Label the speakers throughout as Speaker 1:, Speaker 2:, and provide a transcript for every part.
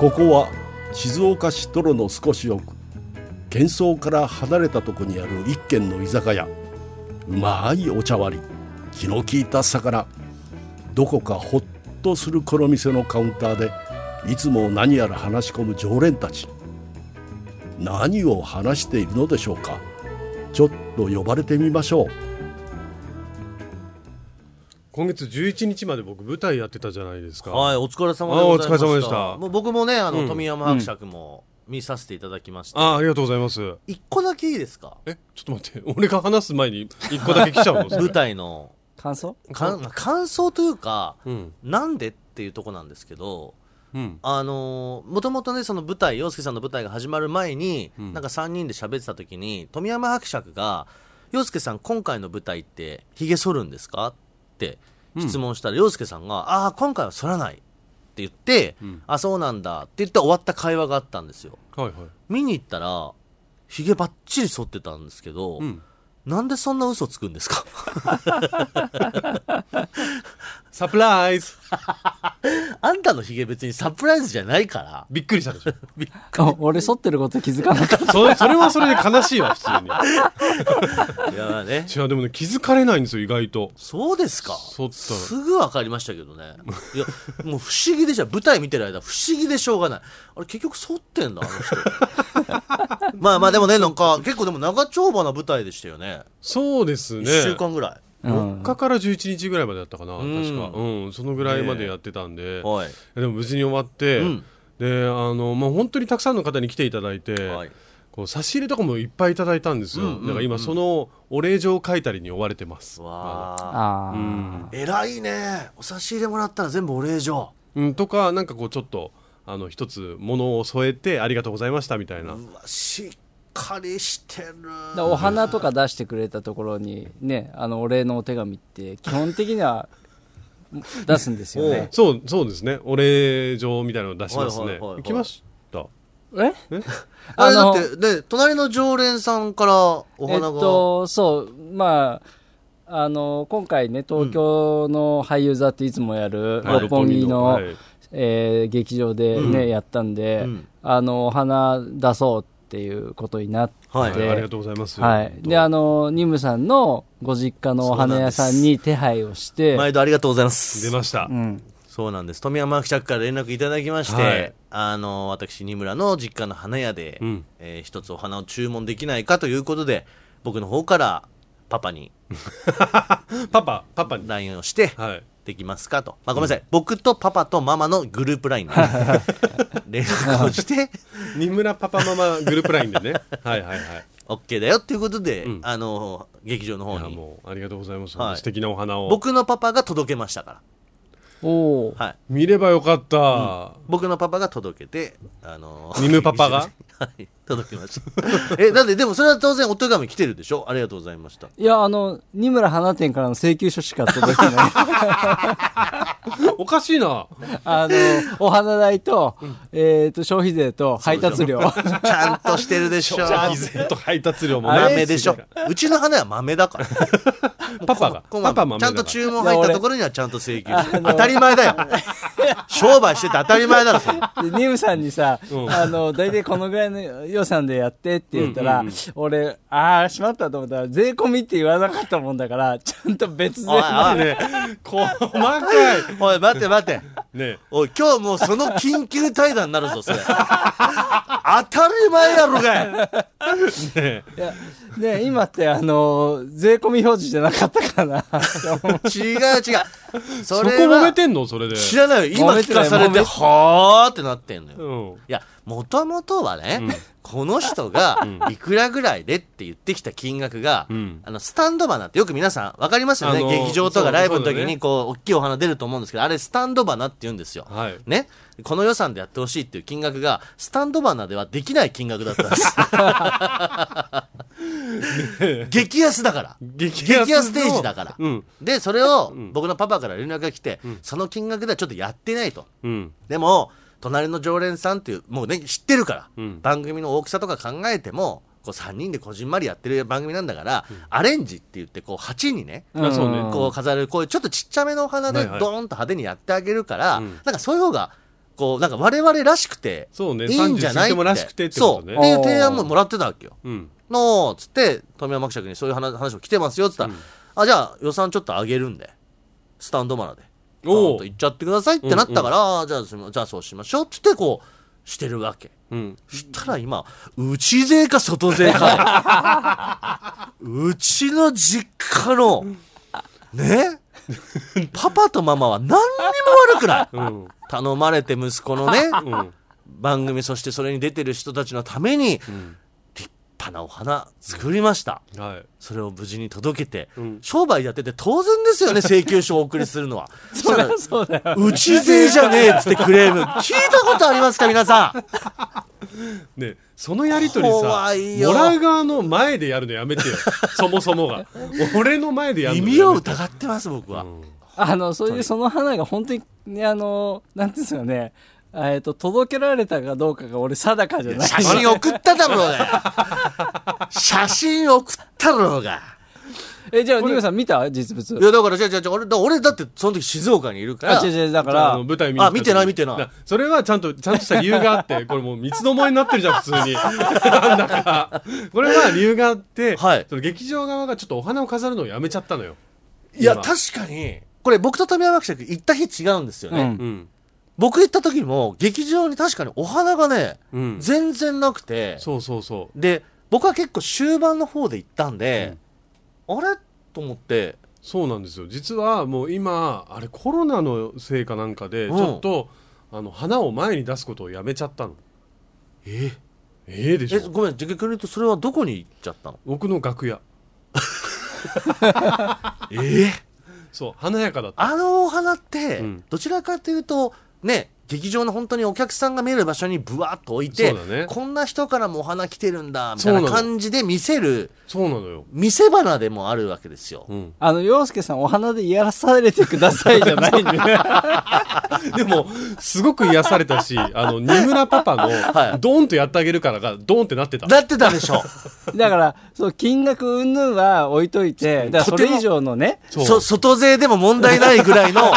Speaker 1: ここは静岡市泥の少し奥喧騒から離れたとこにある一軒の居酒屋うまいお茶割り気の利いた魚どこかほっとするこの店のカウンターでいつも何やら話し込む常連たち何を話しているのでしょうかちょっと呼ばれてみましょう
Speaker 2: 今月11日まで僕舞台やってたじゃないですか、
Speaker 3: はい、お疲れ様でございま
Speaker 2: あーお
Speaker 3: した。
Speaker 2: 疲れ様でした
Speaker 3: もう僕もね、あの、
Speaker 2: うん
Speaker 3: 富山伯爵も見させていただきました。
Speaker 2: ああありがとうございます
Speaker 3: 一個だけいいですか
Speaker 2: えちょっと待って 俺が話す前に一個だけ来ちゃう のそれ
Speaker 3: 舞台の
Speaker 4: 感想
Speaker 3: かん感想というか、
Speaker 2: うん
Speaker 3: なんでっていうとこなんですけど、
Speaker 2: うん
Speaker 3: あのー、もともとね、その舞台、洋介さんの舞台が始まる前に、
Speaker 2: ん
Speaker 3: なんか3人で喋ってた時に、富山伯爵が、洋介さん、今回の舞台って、髭剃るんですかって質問したら、洋介さんが、ああー、今回は剃らないって言って、あ、そうなんだって言って終わった会話があったんですよ。
Speaker 2: はいはい
Speaker 3: 見に行ったら、髭ばっちり剃ってたんですけど、
Speaker 2: うん
Speaker 3: なんでそんな嘘つくんですか
Speaker 2: サプライズ
Speaker 3: あんたの髭別にサプライズじゃないから。
Speaker 2: びっくりしたでしょ
Speaker 4: あ 俺剃ってること気づかなかっ た
Speaker 2: それそれはそれで悲しいわ普通に
Speaker 3: いやね。
Speaker 2: 違うでもね気づかれないんですよ意外と
Speaker 3: そうですか
Speaker 2: そったら
Speaker 3: すぐ分かりましたけどね。いや、もう不思議でしょ。舞台見てる間、不思議でしょうがない。あれ、結局剃ってんだ、あの人。まあまあ、でもね、なんか、結構でも長丁場な舞台でしたよね。
Speaker 2: そうですね
Speaker 3: 1週間ぐら
Speaker 4: う
Speaker 2: 4
Speaker 4: ん
Speaker 2: 日から11日ぐらいまでだったかな、確か、うん、そのぐらいまでやってたんで、
Speaker 3: い。はい。
Speaker 2: でも無事に終わって、
Speaker 3: うん
Speaker 2: であの、まあ、本当にたくさんの方に来ていただいて、
Speaker 3: はい
Speaker 2: こう差し入れとかもいっぱいいただいたんですよ、だから今そのお礼状を書いたりに追われてます、
Speaker 3: わあ。
Speaker 4: あー、
Speaker 3: 偉いね。お差し入れもらったら全部お礼状。
Speaker 2: うん、とかなんかこうちょっとあの一つ物を添えてありがとうございましたみたいな、
Speaker 3: うわしっかりしてる
Speaker 4: だからお花とか出してくれたところにねあのお礼のお手紙って基本的には出すんですよね
Speaker 2: そうそうですねお礼状みたいなの出しますね、
Speaker 3: はいはいはいは
Speaker 2: 行
Speaker 3: い
Speaker 2: きました
Speaker 4: え
Speaker 3: あれだ
Speaker 4: あの
Speaker 3: ってで隣の常連さんからお
Speaker 4: えっ
Speaker 3: 花が、
Speaker 4: とそうまああの今回ね東京の俳優座っていつもやる
Speaker 2: はい
Speaker 4: 六本木の、
Speaker 2: はい
Speaker 4: えー劇場でね、やったんで、
Speaker 3: ん
Speaker 4: あのお花出そうっていうことになって、
Speaker 3: は
Speaker 2: はいありがとうございます、
Speaker 4: はい、であのニムさんのご実家のお花屋さんに手配をして
Speaker 3: 毎度ありがとうございま
Speaker 2: 出
Speaker 3: す
Speaker 2: ました、
Speaker 4: うん、
Speaker 3: そうなんです富山伯爵から連絡いただきまして、
Speaker 2: はい
Speaker 3: あの私二村の実家の花屋で、
Speaker 2: うん
Speaker 3: えー一つお花を注文できないかということで僕の方からパパに
Speaker 2: パパパパに
Speaker 3: LINE をして、
Speaker 2: はい
Speaker 3: できますかと、まあ、ごめんなさい、僕とパパとママのグルー プ LINE で連絡をして
Speaker 2: 二村パパママグループラインでねはいはいはい
Speaker 3: オッケーだよっていうことで、
Speaker 2: ん
Speaker 3: あの劇場の方
Speaker 2: いや
Speaker 3: に
Speaker 2: もうありがとうございます、
Speaker 3: はい
Speaker 2: 素敵なお花を
Speaker 3: 僕のパパが届けましたか
Speaker 4: おー
Speaker 3: ら、はい、
Speaker 2: 見ればよかった、
Speaker 3: 僕のパパが届けてあの
Speaker 2: ニムパパが
Speaker 3: はい届けましたえだってでもそれは当然お手紙来てるでしょありがとうございました
Speaker 4: いやあの二村花店からの請求書しか届いてない
Speaker 2: おかしいな
Speaker 4: あのお花代と,、えー、と消費税と配 達料
Speaker 3: ちゃんとしてる でしょ
Speaker 2: 以前と配達料もね
Speaker 4: あ
Speaker 3: 豆でしょうちの花は豆だから
Speaker 2: パパが
Speaker 3: こ
Speaker 2: パパ
Speaker 3: ま
Speaker 2: 豆
Speaker 3: ちゃんと注文入ったところにはちゃんと請求して
Speaker 4: の
Speaker 3: 当たり前だよ商売してて当たり前だ ろそれ
Speaker 4: でニムさんにさ、
Speaker 2: うん
Speaker 4: あの大体このぐらいの予算でやってって言ったら、俺ああしまったと思ったら税込みって言わなかったもんだからちゃんと別税
Speaker 3: おい
Speaker 4: ま
Speaker 3: おい、
Speaker 2: ね細かい
Speaker 3: おい待って待って
Speaker 2: ね
Speaker 3: おい今日もうその緊急対談になるぞ それ当たり前やろがい
Speaker 2: ね
Speaker 4: でね今ってあの税込み表示じゃなかったかな
Speaker 3: 違う違う
Speaker 2: そ
Speaker 3: そ
Speaker 2: こ
Speaker 3: れ
Speaker 2: 揉め
Speaker 3: は
Speaker 2: てんのそれで
Speaker 3: 知らないよ今
Speaker 4: 揉め
Speaker 3: 聞
Speaker 4: てな
Speaker 3: か
Speaker 4: い
Speaker 3: され
Speaker 4: 揉
Speaker 3: て
Speaker 4: めて
Speaker 3: はあってなってんのよ
Speaker 2: うん
Speaker 3: いや、もともとはね、この人が、いくらぐらいでって言ってきた金額が、
Speaker 2: うん
Speaker 3: あの、スタンド花ってよく皆さん、わかりますよね、
Speaker 2: あのー
Speaker 3: 劇場と
Speaker 2: そ
Speaker 3: か
Speaker 2: う
Speaker 3: ライブの
Speaker 2: そう
Speaker 3: 時
Speaker 2: だね
Speaker 3: に、こう、大きいお花出ると思うんですけど、あれ、スタンド花って言うんですよ。
Speaker 2: はい
Speaker 3: ね。この予算でやってほしいっていう金額が、スタンド花ではできない金額だったんです。激安だから。
Speaker 2: 激
Speaker 3: 激安ス
Speaker 2: の
Speaker 3: テージだから。
Speaker 2: うん
Speaker 3: で、それを、僕のパパから連絡が来て、その金額ではちょっとやってないと。
Speaker 2: うん
Speaker 3: でも隣の常連さんっていうもうね知ってるから、
Speaker 2: うん
Speaker 3: 番組の大きさとか考えてもこう3人でこじんまりやってる番組なんだから、アレンジって言ってこう鉢にね、
Speaker 2: あそうね
Speaker 4: ん
Speaker 3: こう飾るこういうちょっとちっちゃめのお花で
Speaker 2: はい
Speaker 3: ド
Speaker 2: はい
Speaker 3: ーンと派手にやってあげるから、
Speaker 2: うん
Speaker 3: なんかそういう方がこう、なんか我々らしくて、
Speaker 2: そうね
Speaker 3: いいんじゃ
Speaker 2: 30過ぎ
Speaker 3: ない
Speaker 2: てもらしくてってこと
Speaker 3: そう。
Speaker 2: ね
Speaker 3: っていう提案ももらってたわけよ。
Speaker 2: うん
Speaker 3: のーつって、富山伯爵にそういう話話も来てますよ、つったら、あ、じゃあ予算ちょっと上げるんで、スタンドマナで、
Speaker 2: お
Speaker 3: ド
Speaker 2: ー
Speaker 3: ーンと行っちゃってくださいってなったから、あーじゃあすみま、じゃあそうしましょう、つってこう、してるわけ。
Speaker 2: うん
Speaker 3: したら今、内税か外税か。うちの実家の、ねパパとママは何にも悪くない。
Speaker 2: うん
Speaker 3: 頼まれて息子のね、
Speaker 2: うん
Speaker 3: 番組、そしてそれに出てる人たちのために、立派なお花作りました。
Speaker 2: はい
Speaker 3: それを無事に届けて、
Speaker 2: ん
Speaker 3: 商売やってて当然ですよね、請求書をお送りするのは。
Speaker 4: そりゃそうだよ。
Speaker 3: うち税じゃねえっつってクレーム。聞いたことありますか、皆さん。
Speaker 2: ねそのやりとりさ
Speaker 3: 怖いよ
Speaker 2: もらう側の前でやるのやめてよそもそも が俺の前でやる
Speaker 3: 意
Speaker 2: の
Speaker 3: 味を
Speaker 2: やめて
Speaker 3: 疑ってます、僕は。
Speaker 4: あの、それでその花が本当に、ね、あの、なんていうんですかね、えっと、届けられたかどうかが俺定かじゃない。
Speaker 3: 写真送っただろうが写真送ったろうが
Speaker 4: え、じゃあ、ニムさん見た実物
Speaker 3: い。やだからじゃじゃじゃ俺だ俺だってその時静岡にいるから
Speaker 4: あ、違う違う、だか
Speaker 2: あ
Speaker 4: ら
Speaker 2: の、舞台見
Speaker 3: あ見てない見てない
Speaker 2: だそれはちゃんとちゃんとした理由があって これもう三つの間になってるじゃん普通に なんだからこれは理由があって、
Speaker 3: はい
Speaker 2: その劇場側がちょっとお花を飾るのをやめちゃったのよ
Speaker 3: いや
Speaker 2: 今
Speaker 3: 確かにこれ僕と富山伯爵行った日違うんですよね、
Speaker 4: うん
Speaker 2: うん
Speaker 3: 僕行った時も劇場に確かにお花がね、
Speaker 2: うん
Speaker 3: 全然なくて
Speaker 2: そうそうそ
Speaker 3: で僕は結構終盤の方で行ったんで、あれと思って
Speaker 2: うそうなんですよ実はもう今あれコロナのせいかなんかでち
Speaker 3: うん
Speaker 2: ょっと、あの花を前に出すことをやめちゃったのえええでし
Speaker 3: え
Speaker 2: ょ
Speaker 3: ごめん逆に言うとそれはどこに行っちゃったの
Speaker 2: 僕の楽屋
Speaker 3: ええ
Speaker 2: そう華やかだった
Speaker 3: あのお花って、
Speaker 2: うん
Speaker 3: どちらかというと、ね、劇場の本当にお客さんが見える場所にぶわっと置いて、
Speaker 2: そうだね
Speaker 3: こんな人からもお花来てるんだ、みたい
Speaker 2: そう
Speaker 3: な
Speaker 2: なの
Speaker 3: 感じで見せる、
Speaker 2: そうなのよ、
Speaker 3: 見せ花でもあるわけですよ。
Speaker 2: うん、
Speaker 4: あの、洋介さんお花でやらされてくださいじゃない んで。
Speaker 2: でも、すごく癒された し、あの、二村パパ
Speaker 3: は
Speaker 2: の、
Speaker 3: い
Speaker 2: ドーンとやってあげるからが、ドーンってなってた。
Speaker 3: なってたでしょ。
Speaker 4: だから、そう、金額云々は置いといて、だからそれ以上のね、
Speaker 2: そう
Speaker 3: そ外税でも問題ないぐらいの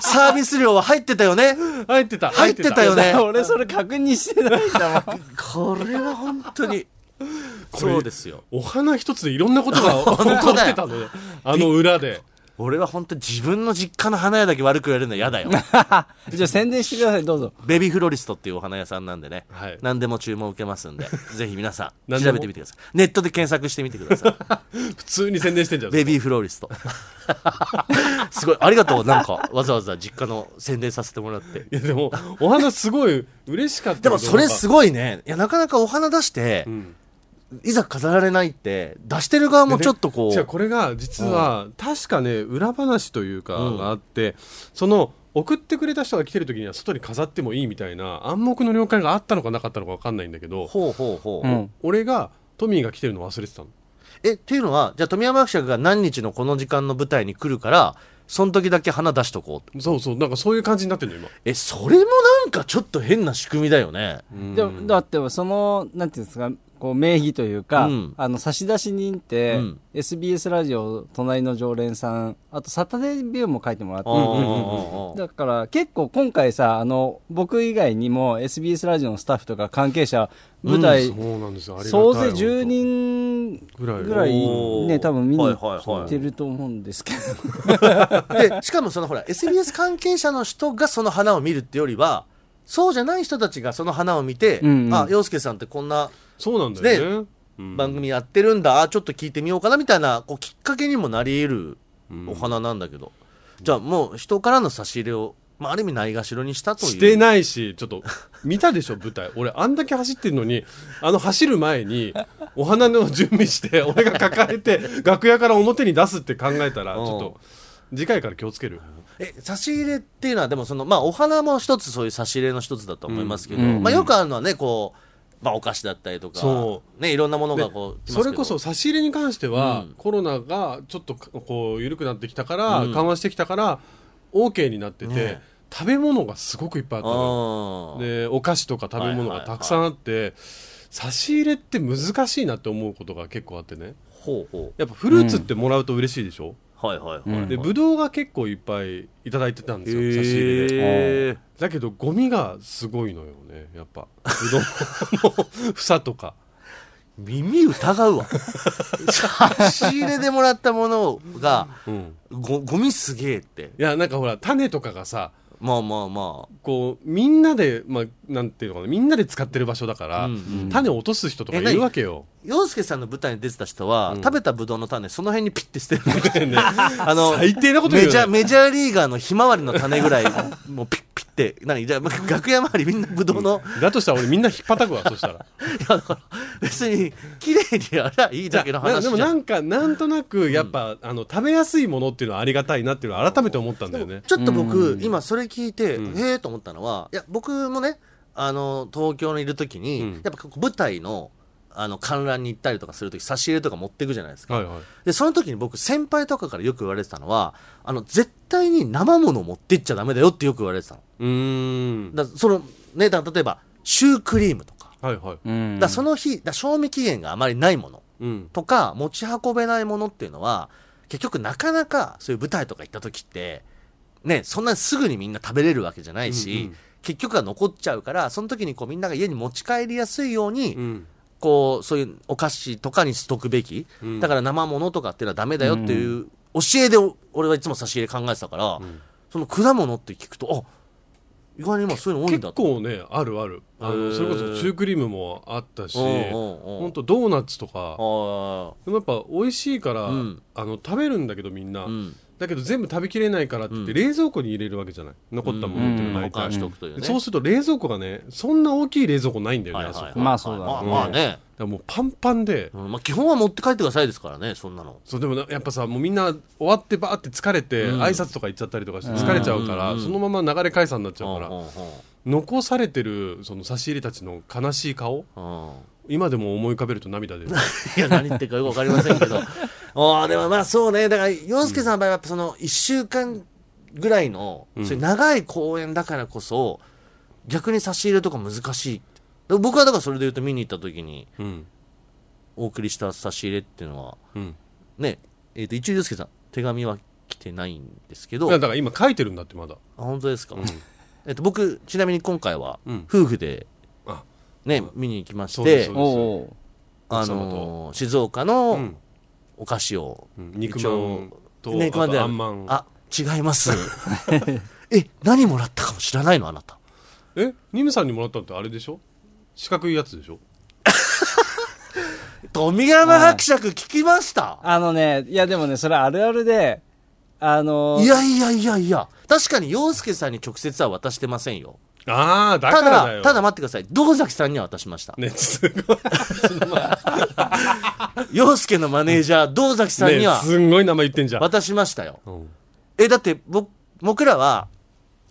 Speaker 3: サービス料は入ってたよね。
Speaker 2: 入ってた。
Speaker 3: 入ってたよね。
Speaker 4: 俺それ確認してない んだもん。
Speaker 3: これは本当に。そうですよ。
Speaker 2: お花一つでいろんな ことが
Speaker 3: 本
Speaker 2: 起こ
Speaker 3: 当
Speaker 2: っ
Speaker 3: だよ
Speaker 2: てたのよ。あの裏で。
Speaker 3: 俺は本当自分の実家の花屋だけ悪く言われるのは嫌だよ。
Speaker 4: じゃあ宣伝してください、どうぞ。
Speaker 3: ベビーフロリストっていうお花屋さんなんでね、
Speaker 2: はい
Speaker 3: 何でも注文受けますん でぜひ皆さん
Speaker 2: 何で
Speaker 3: 調
Speaker 2: も
Speaker 3: べてみてくださいネットで検索してみてくださ
Speaker 2: 普通に宣伝してんじゃん。
Speaker 3: いベビーフロリスト すごいありがとうなんかわざわざ実家の宣伝させてもらって
Speaker 2: いや、でも、お花すごい嬉しかった
Speaker 3: でもそれす
Speaker 2: ご
Speaker 3: ごいねいやなかなかお花出して、
Speaker 2: ん
Speaker 3: いざ飾られないって出してる側もちょっとこう、
Speaker 2: じゃこれが、実は、確かね、裏話というか、
Speaker 3: うん
Speaker 2: があって、その、送ってくれた人が来てる時には外に飾ってもいいみたいな暗黙の了解があったのかなかったのか分かんないんだけど、
Speaker 3: ほうほうほう、
Speaker 4: うん。
Speaker 2: 俺がトミーが来てるの忘れてたの。
Speaker 3: えっていうのはじゃあ富山伯爵が何日のこの時間の舞台に来るからその時だけ花出しとこう
Speaker 2: そうそう、なんかそういう感じになってるの、今。
Speaker 3: えそれもなんかちょっと変な仕組みだよね
Speaker 4: でも、だってその、なんていうんですか、こう、名義というか、
Speaker 3: うん
Speaker 4: あの、差出人って、
Speaker 3: うん
Speaker 4: SBS ラジオ、隣の常連さん、あと、サタデービューも書いてもらって
Speaker 3: あーあーあー
Speaker 4: だから結構今回さあの僕以外にも SBS ラジオのスタッフとか関係者舞台、
Speaker 2: そうなんですよ。ありがたい
Speaker 4: 総勢10人
Speaker 2: ぐらい
Speaker 4: ぐらい
Speaker 3: お
Speaker 4: ね
Speaker 3: ー
Speaker 4: 多分見に
Speaker 3: はいはい
Speaker 4: 行
Speaker 3: はい
Speaker 4: ってると思うんですけど、
Speaker 3: でしかもそのほら SBS 関係者の人がその花を見るってよりはそうじゃない人たちがその花を見て、
Speaker 4: うんうん
Speaker 3: あ洋介さんってこんな
Speaker 2: そうなんだよね。うん
Speaker 3: 番組やってるんだ、あちょっと聞いてみようかなみたいなこうきっかけにもなり得るお花なんだけど、じゃあもう人からの差し入れを、まあ、ある意味ないがしろにしたという
Speaker 2: してないし、ちょっと、見たでしょ、舞台。俺、あんだけ走ってるのに、あの、走る前に、お花の準備して、俺が抱えて、楽屋から表に出すって考えたら、ち
Speaker 3: うん
Speaker 2: ょっと、次回から気をつける。
Speaker 3: え差し入れっていうのはでもその、まあ、お花も一つそういう差し入れの一つだと思いますけど、
Speaker 4: うん
Speaker 3: まあ、よくあるのはねこう、まあ、お菓子だったりとか
Speaker 2: そ、
Speaker 3: ね、いろんなものがこう来ま
Speaker 2: そ
Speaker 3: す
Speaker 2: れ
Speaker 3: け
Speaker 2: こ
Speaker 3: ど
Speaker 2: そ差し入れに関しては、
Speaker 3: うん
Speaker 2: コロナがちょっとこう緩くなってきたから、
Speaker 3: うん
Speaker 2: 緩和してきたから OK になってて、
Speaker 3: ね
Speaker 2: 食べ物がすごくいっぱいあったのよ
Speaker 3: あー
Speaker 2: でお菓子とか食べ物がたくさんあって、差し入れって難しいなって思うことが結構あってね
Speaker 3: ほうほう
Speaker 2: やっぱフルーツってもらうと嬉しいでしょ、
Speaker 3: はいはいはい。
Speaker 2: でブドウが結構いっぱいいただいてたんですよ、差し入れで
Speaker 3: えー
Speaker 2: だけどゴミがすごいのよねやっぱブドウの 房とか
Speaker 3: 耳疑うわ。差し入れでもらったものが、
Speaker 2: うん
Speaker 3: ご、ゴミすげえって。
Speaker 2: いやなんかほら種とかがさ
Speaker 3: まあまあまあ。
Speaker 2: こうみんなで、まあ、なんていうのかなみんなで使ってる場所だから、
Speaker 3: うんう
Speaker 2: 種を落とす人とかい
Speaker 3: え何
Speaker 2: るわけよ。
Speaker 3: 洋介さんの舞台に出てた人は、
Speaker 2: うん
Speaker 3: 食べたブドウの種、その辺にピッて捨てる。
Speaker 2: ね
Speaker 3: あの、
Speaker 2: 最低なこと言う
Speaker 3: メ
Speaker 2: よ
Speaker 3: ジャー、
Speaker 2: ね。
Speaker 3: メジャーリーガーのひまわりの種ぐらい、もうピッピッて、何じゃあ、楽屋周りみんなブドウの、
Speaker 2: だとしたら俺みんな引っ叩くわそしたら。
Speaker 3: いや、だから、別に、綺麗にやりゃいいだけの
Speaker 2: な
Speaker 3: 話じ
Speaker 2: で
Speaker 3: ゃん。
Speaker 2: もなんかなんとなくやっぱ、あの食べやすいものっていうのはありがたいなっていうのは改めて思ったんだよね。
Speaker 3: ちょっと僕、今それ聞いて、へえと思ったのは、いや、僕もね、あの、東京にいるときに、
Speaker 2: うん
Speaker 3: やっぱこう舞台の、あの、観覧に行ったりとかするとき、差し入れとか持っていくじゃないですか。
Speaker 2: はいはい。
Speaker 3: で、その時に僕、先輩とかからよく言われてたのは、あの、絶対に生もの持ってっちゃダメだよってよく言われてたの。
Speaker 2: うーん。
Speaker 3: だその、ね、だ例えば、シュークリームとか、
Speaker 2: はいはい。
Speaker 4: うん
Speaker 3: だその日、だ賞味期限があまりないもの
Speaker 2: うん。
Speaker 3: とか、持ち運べないものっていうのは、結局なかなか、そういう舞台とか行った時って、ね、そんなすぐにみんな食べれるわけじゃないし、
Speaker 2: うんうん
Speaker 3: 結局は残っちゃうから、その時にこうみんなが家に持ち帰りやすいように、
Speaker 2: うん。
Speaker 3: こう、そういうお菓子とかにしとくべき。だから生物とかっていうのはダメだよっていう教えでお俺はいつも差し入れ考えてたから、その果物って聞くと、あ意外に今そういうの多いんだ
Speaker 2: 結
Speaker 3: と。
Speaker 2: 構ねあるある。あ
Speaker 3: へー
Speaker 2: のそれこそシュークリームもあったし、
Speaker 3: うんうんうん
Speaker 2: 本当ドーナツとか。で
Speaker 3: あ
Speaker 2: もやっぱ美味しいから、
Speaker 3: うん
Speaker 2: あの食べるんだけどみんな、
Speaker 3: あうん。
Speaker 2: だけど全部食べきれないからって言って
Speaker 3: う
Speaker 2: 冷蔵庫に入れるわけじゃない残ったものっていうの
Speaker 3: 保
Speaker 2: 毎回
Speaker 3: 管しておくというね。
Speaker 2: そうすると冷蔵庫がねそんな大きい冷蔵庫ないんだよね、
Speaker 3: はいはい
Speaker 2: あそこだ
Speaker 3: はい
Speaker 2: か
Speaker 4: まあそうだね
Speaker 3: まあまあね。
Speaker 2: らもうパンパンで
Speaker 3: うんまあ基本は持って帰ってくださいですからね、そんなの。
Speaker 2: そうでもなやっぱさもうみんな終わってバーって疲れて、挨拶とか行っちゃったりとかして疲れちゃうから、そのまま流れ解散になっちゃうから、
Speaker 3: うんうん
Speaker 2: 残されてるその差し入れたちの悲しい顔
Speaker 3: うんうん
Speaker 2: 今でも思い浮かべると涙 出る
Speaker 3: いや、何言ってるかよくわかりませんけ ど。ああ、でもまあそうね。だから、洋介さんの場合は、やっぱその、一週間ぐらいの、そういう長い公演だからこそ、逆に差し入れとか難しい。僕はだからそれで言うと見に行った時に、
Speaker 2: うん
Speaker 3: お送りした差し入れっていうのは、
Speaker 2: うん
Speaker 3: ね、えっ、と、一応洋介さん、手紙は来てないんですけ
Speaker 2: い
Speaker 3: ど、
Speaker 2: や
Speaker 3: あ
Speaker 2: だから今書いてるんだってまだ
Speaker 3: 本当ですか。えっと、僕、ちなみに今回は、
Speaker 2: うん
Speaker 3: 夫婦で
Speaker 2: あ、
Speaker 3: ね、見に行きまし
Speaker 2: そうで
Speaker 3: て
Speaker 2: す、
Speaker 4: おうおう
Speaker 3: あのー静岡のお菓子を、
Speaker 2: うん肉まんと、
Speaker 3: ね
Speaker 2: あ
Speaker 3: この間
Speaker 2: とあんまん
Speaker 3: あ違います え何もらったかも知らないのあなた
Speaker 2: えニムさんにもらったのってあれでしょ四角いやつでしょ
Speaker 3: 富山伯爵聞きました
Speaker 4: あのね、いやでもね、それあるあるで、あのー
Speaker 3: いやいやいやいや確かに洋介さんに直接は渡してませんよ
Speaker 2: ああだ
Speaker 3: た
Speaker 2: からだ
Speaker 3: だ
Speaker 2: よ
Speaker 3: ただ待ってください堂崎さんには渡しました
Speaker 2: ねすごい
Speaker 3: 洋介のマネージャー堂崎さんに
Speaker 2: ね
Speaker 3: は
Speaker 2: すんごい名前言ってんじゃん
Speaker 3: 渡しましたよ
Speaker 2: うん
Speaker 3: えだって僕僕らは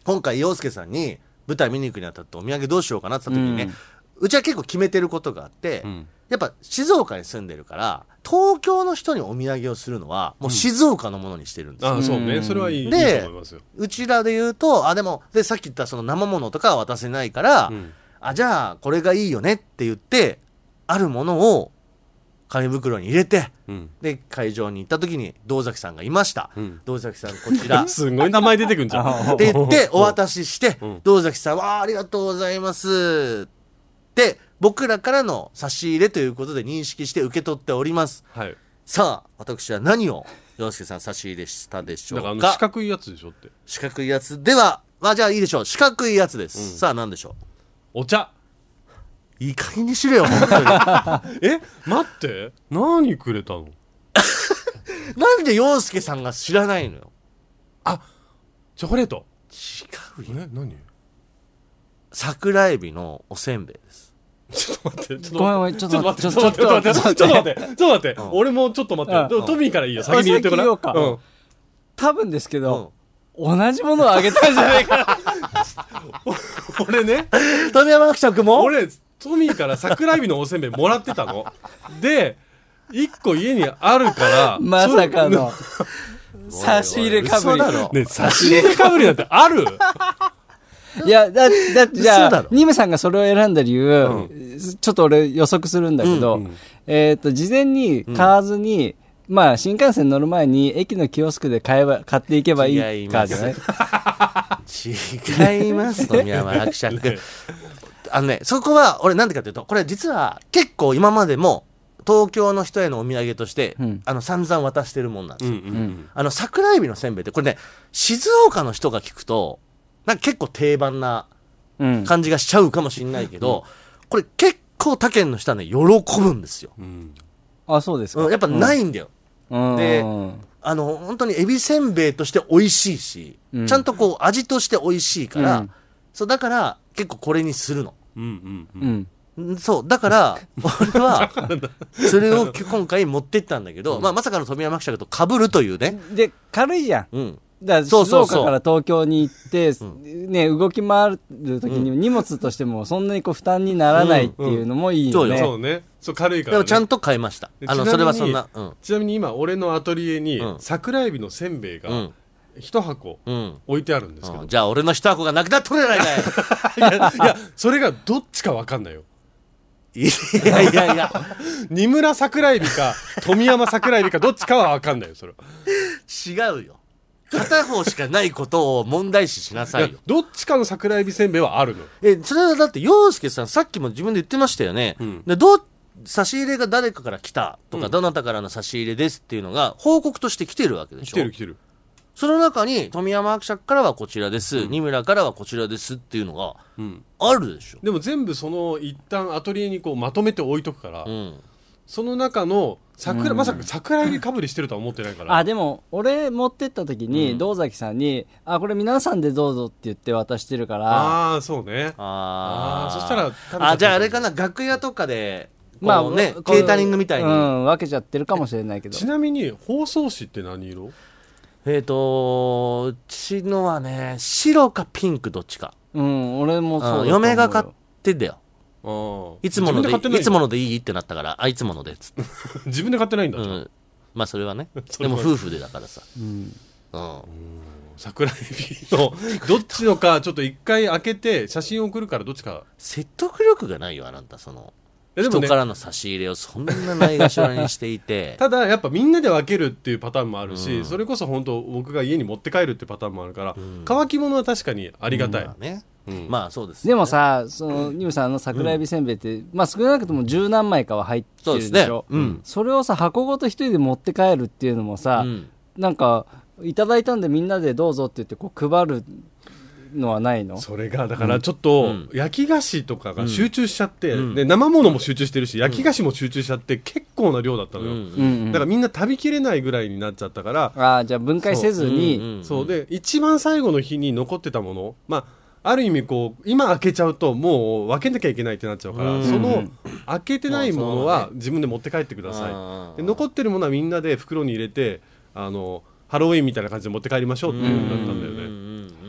Speaker 3: 今回洋介さんに舞台見に行くにあたってお土産どうしようかなって言った時にね、うちは結構決めてることがあって、
Speaker 2: ん
Speaker 3: やっぱ静岡に住んでるから東京の人にお土産をするのはもう静岡のものにしてるんですよ、
Speaker 2: ああそうねそれはいいいいと
Speaker 3: で
Speaker 2: 思いますよ
Speaker 3: うちらで言うとあでもでさっき言ったその生ものとかは渡せないから、
Speaker 2: ん
Speaker 3: あじゃあこれがいいよねって言ってあるものを紙袋に入れて、
Speaker 2: うん
Speaker 3: で会場に行った時に堂崎さんがいました、
Speaker 2: ん
Speaker 3: 堂崎さんこち ら
Speaker 2: すんごい名前出てくんじゃん
Speaker 3: って言 って、お渡しして
Speaker 2: ん、
Speaker 3: 堂崎さんは、あーありがとうございます。で、僕らからの差し入れということで認識して受け取っております。
Speaker 2: はい
Speaker 3: さあ、私は何を、洋介さん差し入れしたでしょ
Speaker 2: だからあ
Speaker 3: う
Speaker 2: の
Speaker 3: か
Speaker 2: 四角いやつでしょって
Speaker 3: 四角いやつでは、まあじゃあいいでしょう。四角いやつです。さあ、何でしょ
Speaker 2: お茶
Speaker 3: う。いい加減にしろよ、本当に。
Speaker 2: え待って何くれたの
Speaker 3: なんで洋介さんが知らないのよ。
Speaker 2: チョコレート
Speaker 3: 違うよ。
Speaker 2: え何
Speaker 3: 桜エビのおせんべいです。
Speaker 2: ちょっと待ってちょ
Speaker 4: ごめんご
Speaker 2: っ
Speaker 4: めん、ちょっと待って、
Speaker 2: と待ってちょっと待ってちょっと待ってちょっと待って
Speaker 3: ん
Speaker 2: 俺もちょっと待ってでもトミーからいいよ先に言ってごらん
Speaker 4: あ先言おう
Speaker 2: うん
Speaker 4: か多分ですけ
Speaker 3: うん
Speaker 4: ど、。同じものをあげたんじゃないかな。
Speaker 2: 俺ね
Speaker 3: 富山伯爵も
Speaker 2: 俺トミーから桜エビのおせんべいもらってたので一個家にある から
Speaker 4: まさかの、 差し入れかぶ
Speaker 3: 嘘だろ
Speaker 4: り。
Speaker 2: ね差し入れかぶりなんてある
Speaker 4: いや、だ、だってじ
Speaker 3: 嘘
Speaker 4: ゃ
Speaker 3: だ
Speaker 4: あ
Speaker 3: ろ、
Speaker 4: ニムさんがそれを選んだ理由、ちょっと俺予測するんだけど、えっと、事前に買わずに、まあ、新幹線乗る前に駅のキオスクで買えば、買っていけばい
Speaker 3: 違い
Speaker 4: い
Speaker 3: ま
Speaker 4: か
Speaker 3: す
Speaker 4: じゃない
Speaker 3: 違います富山伯爵あのねそこは俺なんでかというとこれ実は結構今までも東京の人へのお土産として、
Speaker 4: うん
Speaker 3: あの散々渡してるもんなんです
Speaker 2: うん
Speaker 3: よ、
Speaker 2: うん
Speaker 3: あの桜エビのせんべいってこれね静岡の人が聞くとなんか結構定番な
Speaker 4: うん。
Speaker 3: 感じがしちゃうかもしれないけど、これ結構他県の人はね喜ぶんですよ、
Speaker 2: うん
Speaker 4: あ、そうですか。。
Speaker 3: うんやっぱないいんだよ、
Speaker 4: うん。
Speaker 3: で
Speaker 4: うん
Speaker 3: あの本当にエビせんべいとして美味しいし、
Speaker 4: うん
Speaker 3: ちゃんとこう味として美味しいから、
Speaker 4: うん
Speaker 3: そうだから結構これにするの
Speaker 2: うんうんうん
Speaker 4: うん。
Speaker 3: んそうだから俺はそれを今回持ってったんだけど、まあ、まさかの富山伯爵とかぶるというね、
Speaker 4: で、軽いじゃん。
Speaker 3: うん、
Speaker 4: だか
Speaker 3: そ
Speaker 4: ら
Speaker 3: う
Speaker 4: 静
Speaker 3: そうそう
Speaker 4: 岡から東京に行って、
Speaker 3: う
Speaker 4: ね、動き回る時に荷物としてもそんなにこう負担にならないっていうのもいいよ
Speaker 3: うんうん
Speaker 4: ね。
Speaker 2: そうねそう軽いか
Speaker 3: で
Speaker 2: ら、ね、
Speaker 3: もちゃんと買いました
Speaker 2: で
Speaker 3: あの
Speaker 2: ちなみに
Speaker 3: それはそんなうん
Speaker 2: ちなみに今俺のアトリエに
Speaker 3: うん
Speaker 2: 桜エビのせんべいうが
Speaker 3: ん
Speaker 2: 一箱
Speaker 3: うん
Speaker 2: 置いてあるんですけど、
Speaker 3: うんじゃあ俺の一箱がなくなっとるやないかい
Speaker 2: いやいやそれがどっちかわかんないよ
Speaker 3: いやいやいや
Speaker 2: 二村桜エビ か富山桜エビかどっちかはわかんないよそれ
Speaker 3: 違うよ片方しかないことを問題視しなさい
Speaker 2: い
Speaker 3: よ
Speaker 2: やどっちかの桜エビせんべいはあるの
Speaker 3: えそれはだって洋介さんさっきも自分で言ってましたよね、
Speaker 2: ん
Speaker 3: でどう差し入れが誰かから来たとか、どなたからの差し入れですっていうのが報告として来てるわけでし
Speaker 2: 来
Speaker 3: ょ
Speaker 2: てる来てる
Speaker 3: その中に富山伯爵からはこちらです、二村からはこちらですっていうのが
Speaker 2: ん
Speaker 3: あるでしょ、
Speaker 2: でも全部その一旦アトリエにこうまとめて置いとくから、
Speaker 3: うん、
Speaker 2: その中の桜、まさか桜エビかぶりしてるとは思ってないから
Speaker 4: あ、でも、俺持ってった時に、堂崎さんに、あ、これ皆さんでどうぞって言って渡してるから、
Speaker 2: ああそうね
Speaker 3: あ
Speaker 2: あー
Speaker 3: あ
Speaker 2: そしたら食べちゃった
Speaker 3: あじゃああれかな楽屋とかでま
Speaker 4: まあ
Speaker 3: あね
Speaker 4: こう
Speaker 3: ケータリングみたいに、
Speaker 4: うん、分けちゃってるかもしれないけど
Speaker 2: ち。なみに包装紙って何色
Speaker 3: えっ、とうちのはね白かピンクどっちか
Speaker 4: うん、俺もそうだと
Speaker 3: う
Speaker 4: 思
Speaker 3: ん
Speaker 4: うよ。
Speaker 3: 嫁が買ってんだよ
Speaker 2: あ
Speaker 3: いつも
Speaker 2: 自分
Speaker 3: ので
Speaker 2: で買ってない
Speaker 3: いつものでいいってなったからあいつものでっつって、
Speaker 2: 自分で買ってないんだ、
Speaker 3: う
Speaker 2: じゃあ
Speaker 3: ん、まあそれはね
Speaker 2: そ
Speaker 3: で
Speaker 2: れ
Speaker 3: も
Speaker 2: は
Speaker 3: 夫婦でだからさ、うん
Speaker 2: 桜エビのどっちのかちょっと一回開けて写真送るからどっちか
Speaker 3: 説得力がないよあなたその
Speaker 2: いやでも
Speaker 3: 人
Speaker 2: ね
Speaker 3: からの差し入れをそんなないがしろにしていて
Speaker 2: ただやっぱみんなで分けるっていうパターンもあるし、それこそ本当僕が家に持って帰るっていうパターンもあるから、乾き物は 確かにありがたい、
Speaker 3: まあね、まあそうですよ
Speaker 4: でもさ、その、ニムさんあの桜エビせんべいって、まあ少なくとも十何枚かは入って
Speaker 3: そう
Speaker 4: る
Speaker 3: です
Speaker 4: で
Speaker 3: ね
Speaker 4: しょ。
Speaker 3: うん
Speaker 4: それをさ、箱ごと一人で持って帰るっていうのもさ、
Speaker 3: うん
Speaker 4: なんか、いただいたんでみんなでどうぞって言ってこう配るのはないの
Speaker 2: それがだからちょっと
Speaker 3: ん
Speaker 2: 焼き菓子とかが集中しちゃって、で生ものも集中してるし焼き菓子も集中しちゃって結構な量だったのよ、
Speaker 3: うん
Speaker 4: うんうん
Speaker 2: だからみんな食べきれないぐらいになっちゃったから、
Speaker 4: ああ、じゃあ分解せず
Speaker 3: うん
Speaker 4: に、
Speaker 3: うん
Speaker 2: そうで一番最後の日に残ってたものまあある意味こう今開けちゃうともう分けなきゃいけないってなっちゃうから、
Speaker 3: うん
Speaker 2: そうの
Speaker 4: ん
Speaker 2: 開けてないもの
Speaker 3: まあ
Speaker 2: は
Speaker 3: そう
Speaker 2: 自分で持って帰ってください、
Speaker 3: あー
Speaker 2: で残ってるものはみんなで袋に入れてあのハロウィンみたいな感じで持って帰りましょうっていうのだったんだよね、
Speaker 3: うんうんうん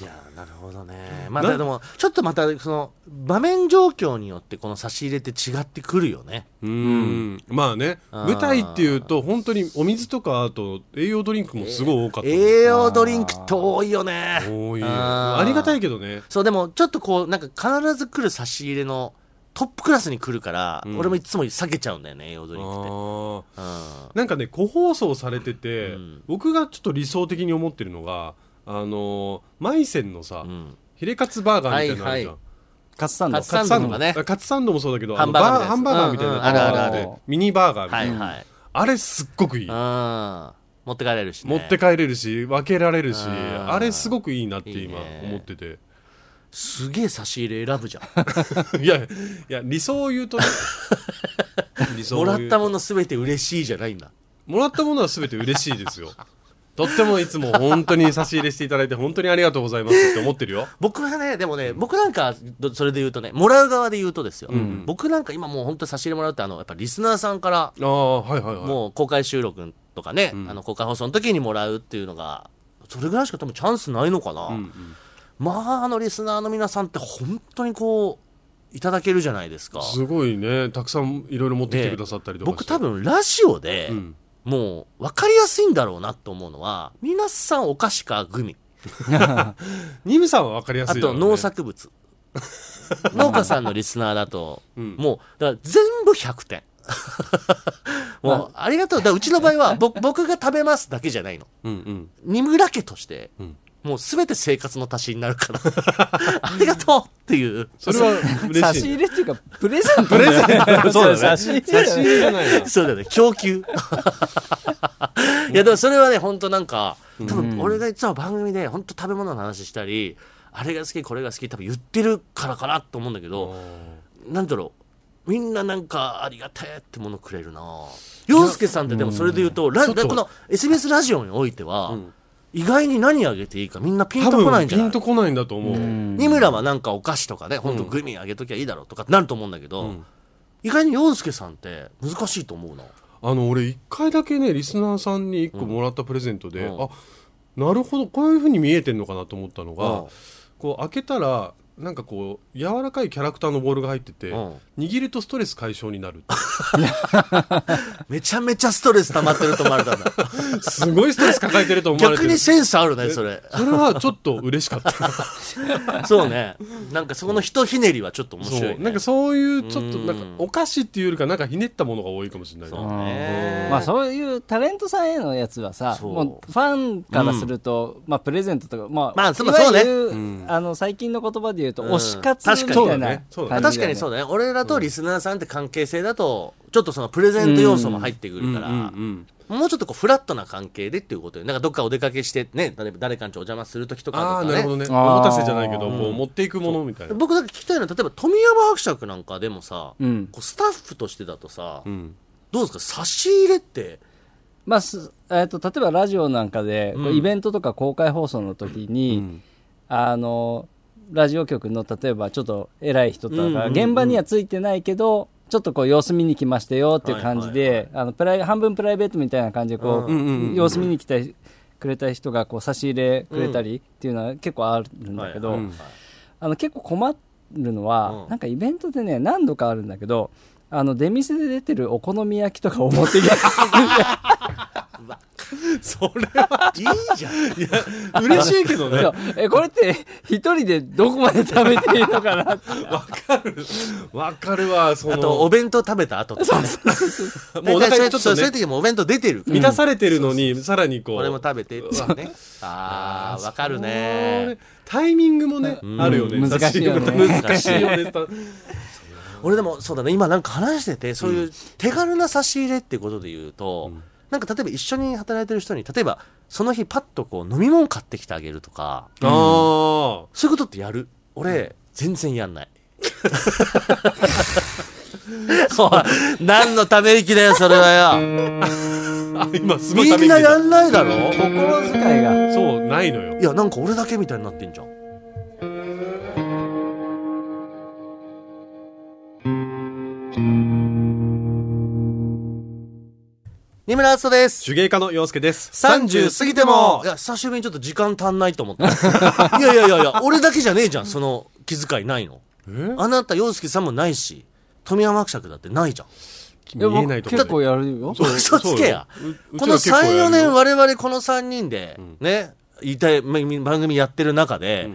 Speaker 3: いやーなるほどねまあでもちょっとまたその場面状況によってこの差し入れって違ってくるよね
Speaker 2: うんまあね
Speaker 3: あー
Speaker 2: 舞台っていうと本当にお水とかあと栄養ドリンクもすごい多かった、
Speaker 3: 栄養ドリンクって多いよね
Speaker 2: 多いよ
Speaker 3: あー
Speaker 2: ありがたいけどね
Speaker 3: そうでもちょっとこうなんか必ず来る差し入れのトップクラスに来るから、
Speaker 2: うん
Speaker 3: 俺もいつも避けちゃうんだよね栄養ド
Speaker 2: あ
Speaker 3: リンクって
Speaker 2: ー
Speaker 3: うん
Speaker 2: なんかね個包装されてて、
Speaker 3: うん
Speaker 2: 僕がちょっと理想的に思ってるのがあのーマイセンのさ、
Speaker 3: うん
Speaker 2: ヒレカツバーガーみたいなのあるじゃん、
Speaker 3: はいは
Speaker 4: カツサンド
Speaker 3: カ。ツサンドとかね
Speaker 2: あカツサンドもそうだけど
Speaker 3: ハンバーガー
Speaker 2: あのハンバーガーみたいなの
Speaker 4: うんうん
Speaker 2: が
Speaker 4: あるあるある
Speaker 2: ミニバーガーみた
Speaker 3: はいい
Speaker 2: な、
Speaker 3: はい、
Speaker 2: あれすっごくいい、
Speaker 3: うん持って帰れるし、ね、
Speaker 2: 持って帰れるし分けられるし、
Speaker 3: うん
Speaker 2: あれすごくいいなって今
Speaker 3: いいね
Speaker 2: 思ってて
Speaker 3: すげえ差し入れ選ぶじゃん
Speaker 2: いやいや理想を言う とね理想を
Speaker 3: も
Speaker 2: 言
Speaker 3: ら
Speaker 2: うと
Speaker 3: ったもの全て嬉しいじゃないんだ
Speaker 2: もらったものは全て嬉しいですよ とってもいつも本当に差し入れしていただいて本当にありがとうございますって思ってるよ
Speaker 3: 僕はねでもね、僕なんかどそれで言うとねもらう側で言うとですよ、僕なんか今もう本当に差し入れもらうってあのやっぱリスナーさんから
Speaker 2: ああはいはいはい
Speaker 3: もう公開収録とかね、あの公開放送の時にもらうっていうのがそれぐらいしか多分チャンスないのかな、まああのリスナーの皆さんって本当にこういただけるじゃないですか
Speaker 2: すごいねたくさんいろいろ持ってきてくださったりとか
Speaker 3: 僕
Speaker 2: して
Speaker 3: 多分ラジオで、
Speaker 2: うん
Speaker 3: もう分かりやすいんだろうなと思うのは皆さんお菓子かグミ
Speaker 2: ニムさんは分かりやす
Speaker 3: あ
Speaker 2: いだろ
Speaker 3: と
Speaker 2: うね
Speaker 3: 農 作物農家さんのリスナーだと、
Speaker 2: ん
Speaker 3: もうだから全部100点もう、ありがとう。だからうちの場 合は、ぼ僕が食べますだけじゃないの。
Speaker 2: うんうん
Speaker 3: 三村家として、もうすべて生活の足しになるから、 ありがとうっていう。
Speaker 2: それは
Speaker 4: 差
Speaker 2: 嬉
Speaker 4: し
Speaker 2: しい
Speaker 4: 入
Speaker 2: ね
Speaker 4: れっていうか、プレゼント。プレゼン
Speaker 2: そうだ
Speaker 4: 差
Speaker 2: ね
Speaker 4: し入れ
Speaker 2: 差し入れじゃないな
Speaker 3: そうだね、供給。いや、でもそれはね、本当なんか、多分俺がいつも番組で、本当食べ物の話したり、あれが好き、これが好き、多分言ってるからかなと思うんだけど、なんだろう、みんななんかありがてえってものくれるな洋介さんってでもそれで言うと、ラ
Speaker 2: ちょっと
Speaker 3: この SBS ラジオにおいては、
Speaker 2: うん
Speaker 3: 意外に何あげていいかみんなピン
Speaker 2: 多
Speaker 3: とこな
Speaker 2: 分
Speaker 3: いんじゃ
Speaker 2: ピ
Speaker 3: ない
Speaker 2: ンとこないんだと思う
Speaker 3: 二村はなんかお菓子とかね、本当グミあげときゃいいだろうとかってなると思うんだけど、意外に洋介さんって難しいと思うな。
Speaker 2: あの俺一回だけねリスナーさんに一個もらったプレゼントで、
Speaker 3: うん
Speaker 2: あなるほどこういうふうに見えてんのかなと思ったのが、
Speaker 3: うん
Speaker 2: こう開けたらなんかこう柔らかいキャラクターのボールが入ってて、
Speaker 3: うん
Speaker 2: 握るとストレス解消になる
Speaker 3: めちゃめちゃストレス溜まってると思われた んだ。
Speaker 2: すごいストレス抱えてると思われて
Speaker 3: 逆
Speaker 2: る
Speaker 3: にセンスあるね、それ。
Speaker 2: それはちょっと嬉しかった
Speaker 3: そうね。なんかそこのひとひねりはちょっ と面白い、
Speaker 2: そ
Speaker 3: ね。
Speaker 2: うなんかそういうちょっと
Speaker 3: うん
Speaker 2: なんかお菓子っていうよりかなんかひねったものが多いかもしれないな
Speaker 3: そうね。
Speaker 4: まあそういうタレントさんへのやつはさ、
Speaker 3: そう
Speaker 4: もうファンからすると、まあプレゼントとか、まあ、
Speaker 3: まあそう
Speaker 4: いわゆる
Speaker 3: そう
Speaker 4: あの、最近の言葉で言うと、
Speaker 3: うん
Speaker 4: 推し活み
Speaker 3: 確
Speaker 4: た
Speaker 2: か
Speaker 4: い
Speaker 2: に
Speaker 4: な
Speaker 2: そう
Speaker 3: ま
Speaker 2: だ
Speaker 3: あ確
Speaker 4: 感じ
Speaker 3: か
Speaker 4: だよね
Speaker 3: にそうだね。俺らとリスナーさんって関係性だと、ちょっとそのプレゼント要素も入ってくるから、
Speaker 2: うん
Speaker 3: もうちょっとこうフラットな関係でっていうことよ。なんかどっかお出かけしてね、例えば誰かんちお邪魔するときとかと
Speaker 2: ああ
Speaker 3: か
Speaker 2: なる
Speaker 3: ね
Speaker 2: ほど。ねお
Speaker 4: あー
Speaker 2: 持たせじゃないけど、こう持っていくものみたいな
Speaker 3: 僕なんか聞きたいのは例えば富山伯爵なんかでもさ、
Speaker 4: うん
Speaker 3: こうスタッフとしてだとさ、
Speaker 2: うん
Speaker 3: どうですか差し入れって
Speaker 4: まあすえっと例えばラジオなんかで、こうイベントとか公開放送の時に、あのラジオ局の例えばちょっと偉い人とかが、現場にはついてないけどちょっとこう様子見に来ましたよっていう感じ
Speaker 3: はいはいは
Speaker 4: であのプライ半分プライベートみたいな感じでこう、様子見に来たくれた人がこう差し入れくれたりっていうのは結構あるんだけど、
Speaker 3: はいはいはい
Speaker 4: あの結構困るのは、
Speaker 3: うん
Speaker 4: なんかイベントでね何度かあるんだけどあの出店で出てるお好み焼きとかを持ってきて
Speaker 2: それはいいじゃんいや嬉しいけどね
Speaker 4: そうえこれって一人でどこまで食べていいのか なって
Speaker 2: わかるわそ
Speaker 3: あとお
Speaker 2: の
Speaker 3: 弁当食べた後とかね
Speaker 2: もうお
Speaker 3: 大
Speaker 2: 腹
Speaker 3: 体
Speaker 2: に
Speaker 3: そう
Speaker 2: ちょっと
Speaker 3: そうい
Speaker 2: ね
Speaker 3: う時もお弁当出てるから、
Speaker 2: 満たされてるのにさらにこう
Speaker 3: これも食べてっていうねああわかるね
Speaker 2: タイミングもねあるよね
Speaker 4: 難しいよね
Speaker 2: 差し入れも難しい よね
Speaker 3: 俺でもそうだね今なんか話しててそういう手軽な差し入れってことで言うと、なんか例えば一緒に働いてる人に例えばその日パッとこう飲み物買ってきてあげるとか
Speaker 2: あ
Speaker 3: そういうことってやる俺、全然や んない。おい何のため息だよ、それはよ。
Speaker 2: ーあ今すごい
Speaker 3: み
Speaker 2: ため
Speaker 3: ん
Speaker 2: 息
Speaker 3: な
Speaker 2: 出た
Speaker 3: やんないだろ
Speaker 4: 心遣いが
Speaker 2: そうないのよ
Speaker 3: いや、なんか俺だけみたいになってんじゃん。二村敦人です。
Speaker 2: 手芸家の洋介です
Speaker 3: 30過ぎてもいや、久しぶりにちょっと時間足んないと思った。いやいやいやいや、俺だけじゃねえじゃん、その気遣いないの。
Speaker 2: え
Speaker 3: あなた、洋介さんもないし、富山伯爵だってないじゃん。
Speaker 2: 見えないとこ
Speaker 4: 結構やるよ
Speaker 2: そう
Speaker 3: 嘘つけや
Speaker 2: そうようう
Speaker 3: この
Speaker 2: ちら結構
Speaker 3: 3、
Speaker 2: や
Speaker 3: 4
Speaker 2: るよ
Speaker 3: 年、我々この3人で、ね、言いたい番組やってる中で、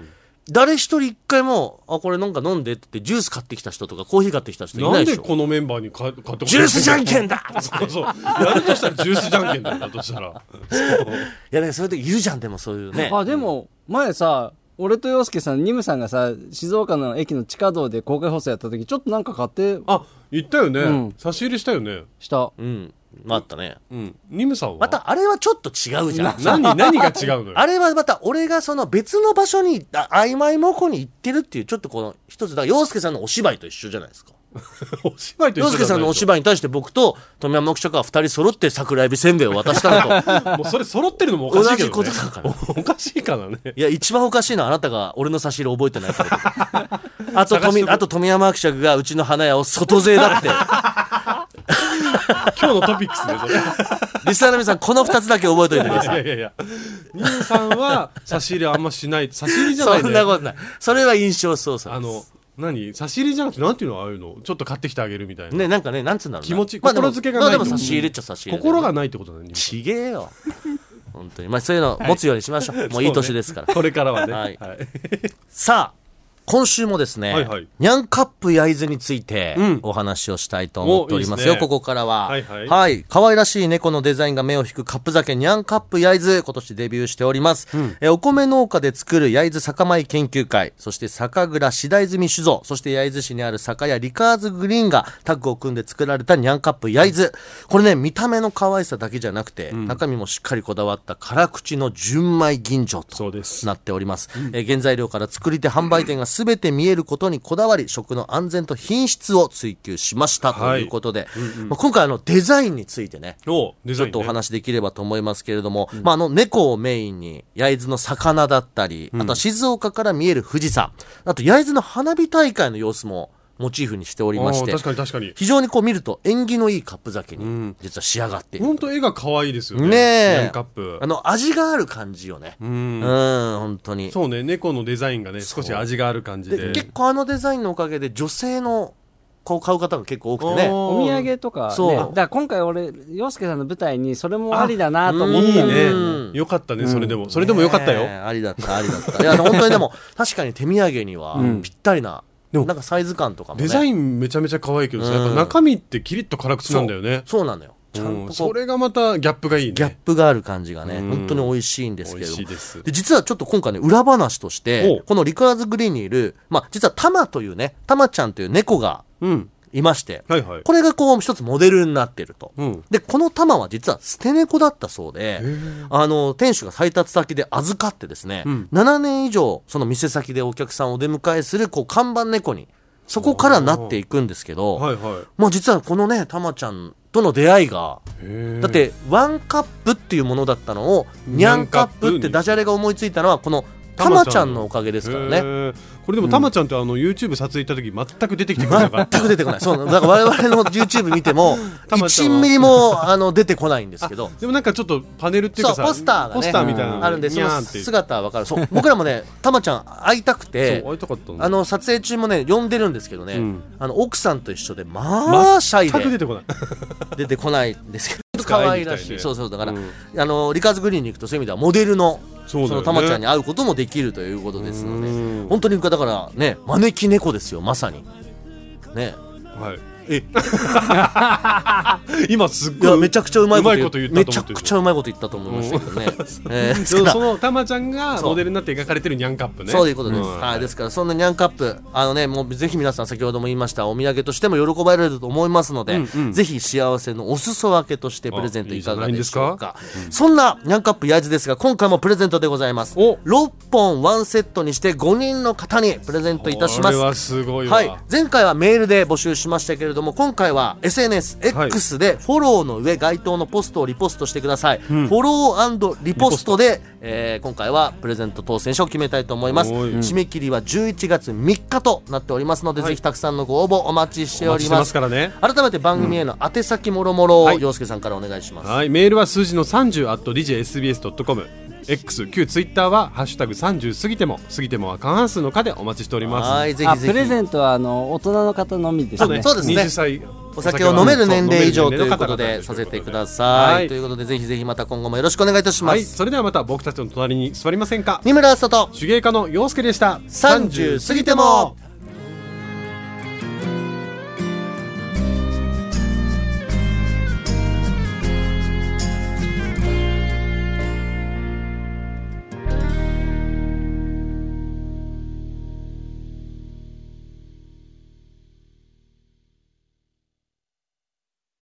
Speaker 3: 誰一人一回も、あ、これなんか飲んでって言って、ジュース買ってきた人とか、コーヒー買ってきた人いな
Speaker 2: なん
Speaker 3: いで
Speaker 2: で
Speaker 3: しょ。
Speaker 2: このメンバーに買買ってこない
Speaker 3: ジュースじゃんけんだ
Speaker 2: そうそうやるとしたらジュースじゃんけんだよだとしたら
Speaker 3: いや、だからそういう時いるじゃん、でもそういうね。
Speaker 4: あでも前さ俺と洋介さんニムさんがさ静岡の駅の地下道で公開放送やった時ちょっとなんか買って
Speaker 2: あ言ったよね、
Speaker 4: うん
Speaker 2: 差し入れしたよね
Speaker 4: した
Speaker 3: うん。まああったね。
Speaker 2: うんニムさんは
Speaker 3: また、あれはちょっと違うじゃん。
Speaker 2: 何何が違うのよ
Speaker 3: あれはまた俺がその別の場所に、あ曖昧模倣に行ってるっていう、ちょっとこの一つ、だから洋介さんのお芝居と一緒じゃないですか。
Speaker 2: お芝居と一緒
Speaker 3: 洋介さんのお芝居に対して僕と富山木社は二人揃って桜エビせんべいを渡した のと。
Speaker 2: 居もうそれ揃ってるのもおかしいけど、ね、
Speaker 3: 同じことだから
Speaker 2: おおかしいからね
Speaker 3: いや、一番おかしいのはあなたが俺の差し入れ覚えてな いから。あと
Speaker 2: 探しと
Speaker 3: 富、
Speaker 2: く
Speaker 3: あと富山伯爵がうちの花屋を外勢だって。
Speaker 2: 今日のトピックスねそれ
Speaker 3: リスナーの皆さん、この二つだけ覚えといてください。
Speaker 2: いやいやいやニムさんは差し入れあんましない差し入れじゃない、ね、
Speaker 3: そんなことない。それは印象操作
Speaker 2: あ
Speaker 3: で
Speaker 2: の
Speaker 3: す。
Speaker 2: 何差し入れじゃなくてなんていうのああいうのちょっと買ってきてあげるみたいな、
Speaker 3: ね、なんかね、なんつうんだろうな
Speaker 2: 気持ち
Speaker 3: まあでも
Speaker 2: 心付けがない
Speaker 3: まあでも差し入れっちゃ差し入れだよね。
Speaker 2: 心がないってことだねニムさ
Speaker 3: ちげえよ。本当に。まあそういうの持つようにしましょう。もういい年ですから。
Speaker 2: んこれからはね、
Speaker 3: はい
Speaker 2: はい
Speaker 3: さあ、今週もですね、
Speaker 2: はいはい
Speaker 3: ニャンカップ焼津について
Speaker 2: うん
Speaker 3: お話をしたいと思っております
Speaker 2: お
Speaker 3: よ、
Speaker 2: いいですね
Speaker 3: ここからは。
Speaker 2: はいはい
Speaker 3: 可愛らしい猫のデザインが目を引くカップ酒、ニャンカップ焼津、今年デビューしております。えーお米農家で作る焼津酒米研究会、そして酒蔵志田泉酒造、そして焼津市にある酒屋リカーズグリーンがタッグを組んで作られたニャンカップ焼津。これね、見た目の可愛さだけじゃなくて、中身もしっかりこだわった辛口の純米吟醸と。
Speaker 2: そうです
Speaker 3: なっております、えー原材料から作り手販売店が全て見えることにこだわり食の安全と品質を追求しましたと
Speaker 2: はい
Speaker 3: いうことで、まあ今回あのデザインについてね
Speaker 2: おデ
Speaker 3: ち
Speaker 2: ザ
Speaker 3: ょ
Speaker 2: イン、
Speaker 3: っ
Speaker 2: ね、
Speaker 3: とお話しできればと思いますけれども、まあ、あの猫をメインに焼津の魚だったり、あとは静岡から見える富士山あと焼津の花火大会の様子もモチーフにしておりまして
Speaker 2: あー確かに確かに
Speaker 3: 非常にこう見ると縁起のいいカップ酒に実は仕上がっている
Speaker 2: 本当絵が可愛いですよね
Speaker 3: ねえ
Speaker 2: ニャンカップ
Speaker 3: あの味がある感じよねうん本当に
Speaker 2: そうね猫のデザインがね少し味がある感じで
Speaker 3: で結構あのデザインのおかげで女性の子を買う方が結構多くてね
Speaker 4: お土産とか、ね、
Speaker 3: そう
Speaker 4: だから今回俺洋介さんの舞台にそれもありだなと思っ
Speaker 2: いい
Speaker 4: たの
Speaker 2: ね
Speaker 3: うん
Speaker 2: よかったねそれでも、それでもよかったよ、
Speaker 3: ねえありだったありだったいや本当にでも 確かに手土産にはぴったりな、
Speaker 2: でも
Speaker 3: なんかサイズ感とかもね
Speaker 2: デザインめちゃめちゃ可愛いけどさ、
Speaker 3: うん
Speaker 2: やっぱ中身ってキリッと辛口なんだよね
Speaker 3: そうなのよちゃんとこ
Speaker 2: うん
Speaker 3: う
Speaker 2: それがまたギャップがいいね
Speaker 3: ギャップがある感じがね、
Speaker 2: うん
Speaker 3: 本当に美味しいんですけれども
Speaker 2: 美味しいです
Speaker 3: で実はちょっと今回ね裏話とし
Speaker 2: お
Speaker 3: て
Speaker 2: う
Speaker 3: このリカーズグリーンにいる、まあ、実はタマというねタマちゃんという猫が
Speaker 2: うん
Speaker 3: いまして、
Speaker 2: はいはい
Speaker 3: これがこう一つモデルになってると、
Speaker 2: うん
Speaker 3: でこの玉は実は捨て猫だったそうで
Speaker 2: ー
Speaker 3: あの店主が配達先で預かってですね、
Speaker 2: ん
Speaker 3: 7年以上その店先でお客さんをお出迎えするこう看板猫にそこからなっていくんですけど、
Speaker 2: はいはい
Speaker 3: まあ、実はこのね玉ちゃんとの出会いが
Speaker 2: へー
Speaker 3: だってワンカップっていうものだったのをニャンカップってダジャレが思いついたのはこの玉ちゃんのおかげですから
Speaker 2: へ
Speaker 3: ね。
Speaker 2: ーこれでもたまちゃんってあの YouTube 撮影行った時全く出てきてくれなかった
Speaker 3: 全く出てこない。そう、だから我々の YouTube 見ても、
Speaker 2: 玉ちゃんは
Speaker 3: 1ミリも、あの、出てこないんですけど。
Speaker 2: でもなんかちょっとパネルっていうかさ
Speaker 3: そうポスターがね
Speaker 2: ポスターみたいなの
Speaker 3: あるんで、
Speaker 2: に
Speaker 3: そ
Speaker 2: ゃ
Speaker 3: の
Speaker 2: ーんって
Speaker 3: 姿はわかる。そう、僕らもね、 たまちゃん会いたくて
Speaker 2: そう、会いたかったんだ
Speaker 3: あの、撮影中もね、呼んでるんですけどね、
Speaker 2: うん
Speaker 3: あの、奥さんと一緒で、まあ、シャイ
Speaker 2: 全く出
Speaker 3: で
Speaker 2: てこない
Speaker 3: 出てこないんですけど。 可愛ら
Speaker 2: 会いに行き
Speaker 3: した
Speaker 2: いね
Speaker 3: い。そうそう、だから、
Speaker 2: うん
Speaker 3: あの、リカーズグリーンに行くと、そういう意味では、モデルの、
Speaker 2: そうだよね
Speaker 3: のたまちゃんに会うこともできるということですの
Speaker 2: う
Speaker 3: で
Speaker 2: ん、
Speaker 3: 本当に、だからね、招き猫ですよ、まさに。ね。
Speaker 2: はい
Speaker 3: え
Speaker 2: 今すっ
Speaker 3: い
Speaker 2: ご
Speaker 3: や
Speaker 2: い
Speaker 3: めちゃくちゃうまいこと言
Speaker 2: うまい
Speaker 3: め
Speaker 2: こと言ったと思って
Speaker 3: ちゃ
Speaker 2: る
Speaker 3: くちゃうまいこと言ったと思いましたけどね、えー
Speaker 2: そ
Speaker 3: ですか
Speaker 2: そ
Speaker 3: ら
Speaker 2: のたまちゃんが
Speaker 3: そう
Speaker 2: モデルになって描かれてるニャンカップね
Speaker 3: そういうことです、
Speaker 2: ん
Speaker 3: はい、ですからそんなニャンカップあのねもうぜひ皆さん先ほども言いましたお土産としても喜ばれると思いますので、ぜひ幸せのお裾分けとしてプレゼントいかがでしょうかそんなニャンカップ焼津ですが今回もプレゼントでございます
Speaker 2: お
Speaker 3: 6本1セットにして5人の方にプレゼントいたし
Speaker 2: こ
Speaker 3: ます
Speaker 2: れはすごいわ、
Speaker 3: はい、前回はメールで募集しましたけれども今回は SNSX でフォローの上該当のポストをリポストしてください、フォローリポストでえー今回はプレゼント当選者を決めたいと思います
Speaker 2: おい
Speaker 3: 締め切りは11月3日となっておりますので、ぜひたくさんのご応募お待ちして
Speaker 2: お
Speaker 3: お
Speaker 2: 待ち
Speaker 3: り
Speaker 2: して
Speaker 3: ま
Speaker 2: ますすからね
Speaker 3: 改めて番組への宛先もろもろを、
Speaker 2: はい
Speaker 3: 洋介さんからお願いします
Speaker 2: はい、メールは数字の30 at djsbs.com X 旧ツイッターは「ハッシュタグ #30 過ぎても過ぎても」は過半数の課でお待ちしております
Speaker 3: はいぜ
Speaker 4: あ
Speaker 3: ひぜひ
Speaker 4: プレゼントはあの大人の方のみですね
Speaker 3: そうですね
Speaker 2: 20歳
Speaker 3: お酒を飲める年齢以上
Speaker 2: お
Speaker 3: と
Speaker 2: 酒を
Speaker 3: い
Speaker 2: 飲める年齢の方々
Speaker 3: うことでさせてください、
Speaker 2: はい
Speaker 3: ということでぜひぜひまた今後もよろしくお願いいたしま
Speaker 2: はい、
Speaker 3: す、
Speaker 2: それではまた僕たちの隣に座りませんか
Speaker 3: 三村あさと
Speaker 2: 手芸家の洋介でした
Speaker 3: 30過ぎても